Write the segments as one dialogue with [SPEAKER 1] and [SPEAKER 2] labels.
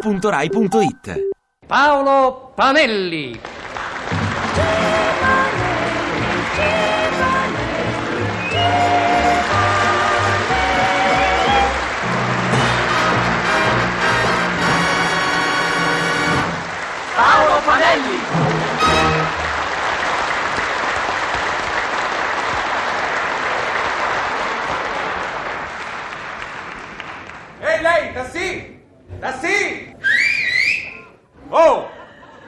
[SPEAKER 1] radio2pod.rai.it
[SPEAKER 2] Paolo Panelli. Paolo Panelli.
[SPEAKER 3] Ehi lei, tassi! Tassi! Oh!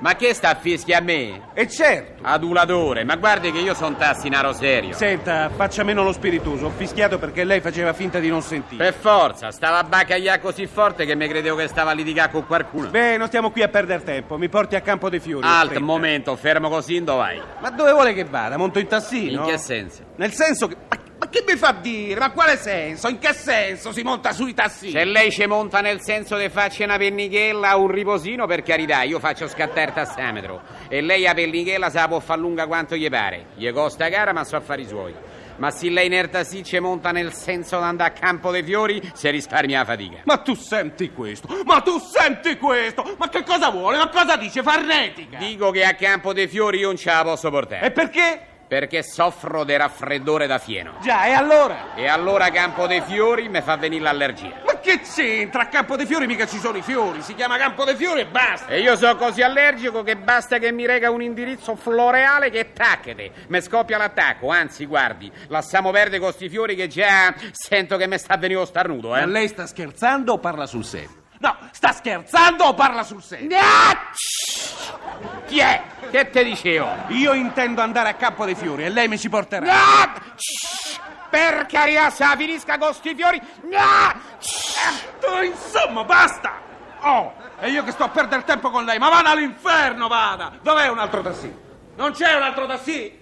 [SPEAKER 4] Ma che sta a fischi a me?
[SPEAKER 3] E certo!
[SPEAKER 4] Adulatore, ma guardi che io sono tassinaro serio.
[SPEAKER 3] Senta, faccia meno lo spiritoso, ho fischiato perché lei faceva finta di non sentire.
[SPEAKER 4] Per forza, stava a baccaglià così forte che mi credevo che stava a litigare con qualcuno.
[SPEAKER 3] Beh, non stiamo qui a perdere tempo, mi porti a Campo dei Fiori.
[SPEAKER 4] Alt,
[SPEAKER 3] fretta.
[SPEAKER 4] momento, fermo così, dove vai?
[SPEAKER 3] Ma dove vuole che vada? Monto in tassino?
[SPEAKER 4] In che senso?
[SPEAKER 3] Nel senso che... Ma, ma che mi fa dire? Ma quale senso? In che senso si monta sui tassini?
[SPEAKER 4] Se lei ci monta nel senso di farci una pennichella o un riposino, per carità, io faccio scattare il tassametro. E lei a pennichella se la può far lunga quanto gli pare. Gli costa cara, ma so affari suoi. Ma se lei nel tassì ci monta nel senso di andare a Campo dei Fiori, si risparmia la fatica.
[SPEAKER 3] Ma tu senti questo? Ma tu senti questo? Ma che cosa vuole? Ma cosa dice? Farnetica!
[SPEAKER 4] Dico che a Campo dei Fiori io non ce la posso portare.
[SPEAKER 3] E perché?
[SPEAKER 4] Perché soffro del raffreddore da fieno.
[SPEAKER 3] Già, e allora?
[SPEAKER 4] E allora Campo dei Fiori mi fa venire l'allergia.
[SPEAKER 3] Ma che c'entra? A Campo dei Fiori mica ci sono i fiori, si chiama Campo dei Fiori e basta.
[SPEAKER 4] E io sono così allergico che basta che mi rega un indirizzo floreale che tacchete. Mi scoppia l'attacco, anzi, guardi, lasciamo perdere con sti fiori che già sento che mi sta venendo starnuto, eh.
[SPEAKER 3] lei sta scherzando o parla sul serio? No, sta scherzando o parla sul serio?
[SPEAKER 4] Ah, tsh! Chi è? Che te dicevo?
[SPEAKER 3] Io intendo andare a Campo dei Fiori e lei mi ci porterà.
[SPEAKER 4] Ah, tsh! Per carità, se la finisca con sti fiori... Ah, tsh!
[SPEAKER 3] Tu, insomma, basta! Oh, e io che sto a perdere tempo con lei, ma vada all'inferno, vada! Dov'è un altro tassì? Non c'è un altro tassì?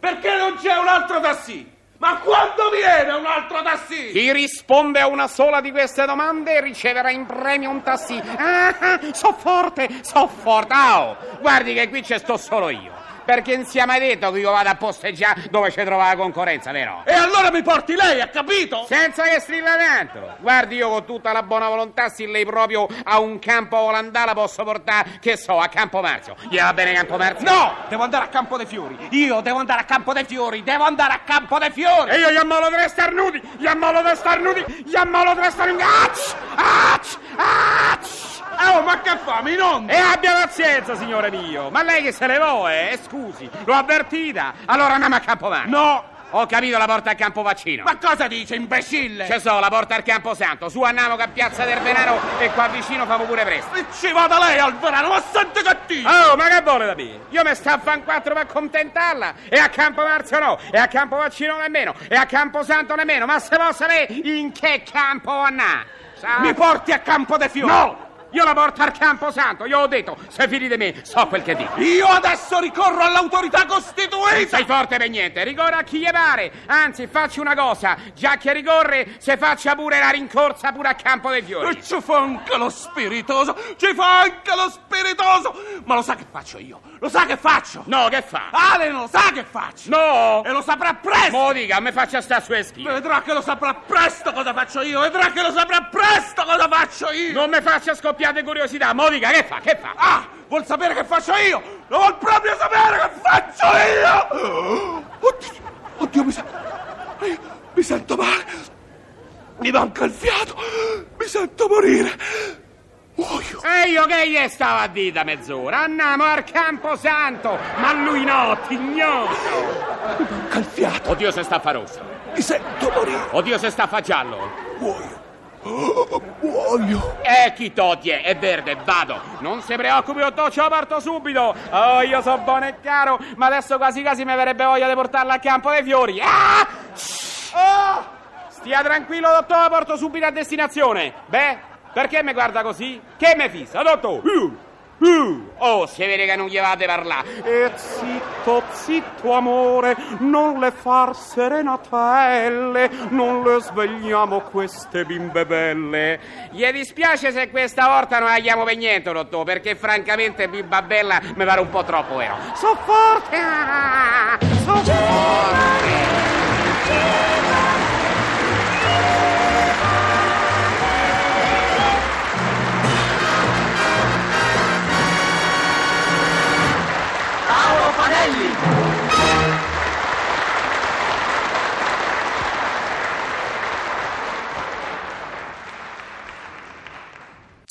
[SPEAKER 3] Perché non c'è un altro tassì? Ma quando viene un altro tassì?
[SPEAKER 4] Chi risponde a una sola di queste domande riceverà in premio un tassì. Ah, ah, so forte, so forte. Ah, oh, guardi che qui ci sto solo io. Perché non si è mai detto che io vado a posteggiare dove ci trova la concorrenza, vero?
[SPEAKER 3] E allora mi porti lei, ha capito?
[SPEAKER 4] Senza che strilla tanto. Guardi, io con tutta la buona volontà, se lei proprio a un campo olandà posso portare, che so, a Campo Marzio. Gli va bene Campo Marzio?
[SPEAKER 3] No, devo andare a Campo dei Fiori. Io devo andare a Campo dei Fiori, devo andare a Campo dei Fiori.
[SPEAKER 4] E io gli ammalo tre starnuti, gli ammalo tre starnuti, gli ammalo tre starnuti. Acci, acci, acci.
[SPEAKER 3] Eh, oh, ma che fa, mi non?
[SPEAKER 4] E abbia pazienza, signore mio. Ma lei che se ne vuole, eh? Scusi, l'ho avvertita. Allora andiamo a Campo Marzio.
[SPEAKER 3] No!
[SPEAKER 4] Ho capito la porta al campo vaccino.
[SPEAKER 3] Ma cosa dice, imbecille?
[SPEAKER 4] C'è so, la porta al Camposanto, su andiamo che a Piazza del Venaro e qua vicino famo pure presto.
[SPEAKER 3] E ci vada lei al verano, ma senti che dici?
[SPEAKER 4] Oh, ma che vuole da me? Io mi sto a fan 4 per accontentarla. E a Campo Marzio no, e a Campo Vaccino nemmeno, e a Camposanto nemmeno. Ma se posso lei in che campo annà? Sa-
[SPEAKER 3] Mi porti a Campo dei Fiori?
[SPEAKER 4] No! Io la porto al Camposanto, io ho detto, se fidi di me, so quel che dico.
[SPEAKER 3] Io adesso ricorro all'autorità costituita!
[SPEAKER 4] Sei forte per niente, ricorre a chi gli pare. Anzi, facci una cosa, già che ricorre, se faccia pure la rincorsa pure a Campo dei Fiori.
[SPEAKER 3] E ci fa anche lo spiritoso, ci fa anche lo spiritoso! Ma lo sa che faccio io? Lo sa che faccio?
[SPEAKER 4] No, che fa?
[SPEAKER 3] Ale non lo sa che faccio!
[SPEAKER 4] No!
[SPEAKER 3] E lo saprà presto!
[SPEAKER 4] Mo dica, mi faccia sta sue schiena.
[SPEAKER 3] Vedrà che lo saprà presto cosa faccio io! Vedrà che lo saprà presto cosa faccio io!
[SPEAKER 4] Non mi faccia scoppiare curiosità, mo dica, che fa, che fa?
[SPEAKER 3] Ah! Vuol sapere che faccio io! Lo vuol proprio sapere che faccio io! Oddio, oddio mi, sen- mi- mi sento male! Mi manca il fiato! Mi sento morire! Muoio!
[SPEAKER 4] E io che gli stavo a dita mezz'ora? Andiamo al Camposanto! Ma lui no, tignoso!
[SPEAKER 3] Mi manca il fiato!
[SPEAKER 4] Oddio se sta a fa rosso,
[SPEAKER 3] Mi sento morire!
[SPEAKER 4] oddio se sta a fa giallo.
[SPEAKER 3] Muoio! Muoio!
[SPEAKER 4] E chi toglie? È verde, vado. Non si preoccupi, Otto, ce la parto subito. Oh, io so buono e caro, ma adesso quasi quasi mi verrebbe voglia di portarla al campo dei fiori. Ah! Oh! Stia tranquillo, dottor, la porto subito a destinazione. Beh, perché mi guarda così? Che mi fissa, dottor? Uh, uh. Oh, si vede che non gli vate parlare. E zitto, zitto, amore, non le far serenatelle, non le svegliamo queste bimbe belle. Gli dispiace se questa volta non la chiamo per niente, dottor, perché francamente bimba bella mi pare un po' troppo, vero? So forte, ah, so forte.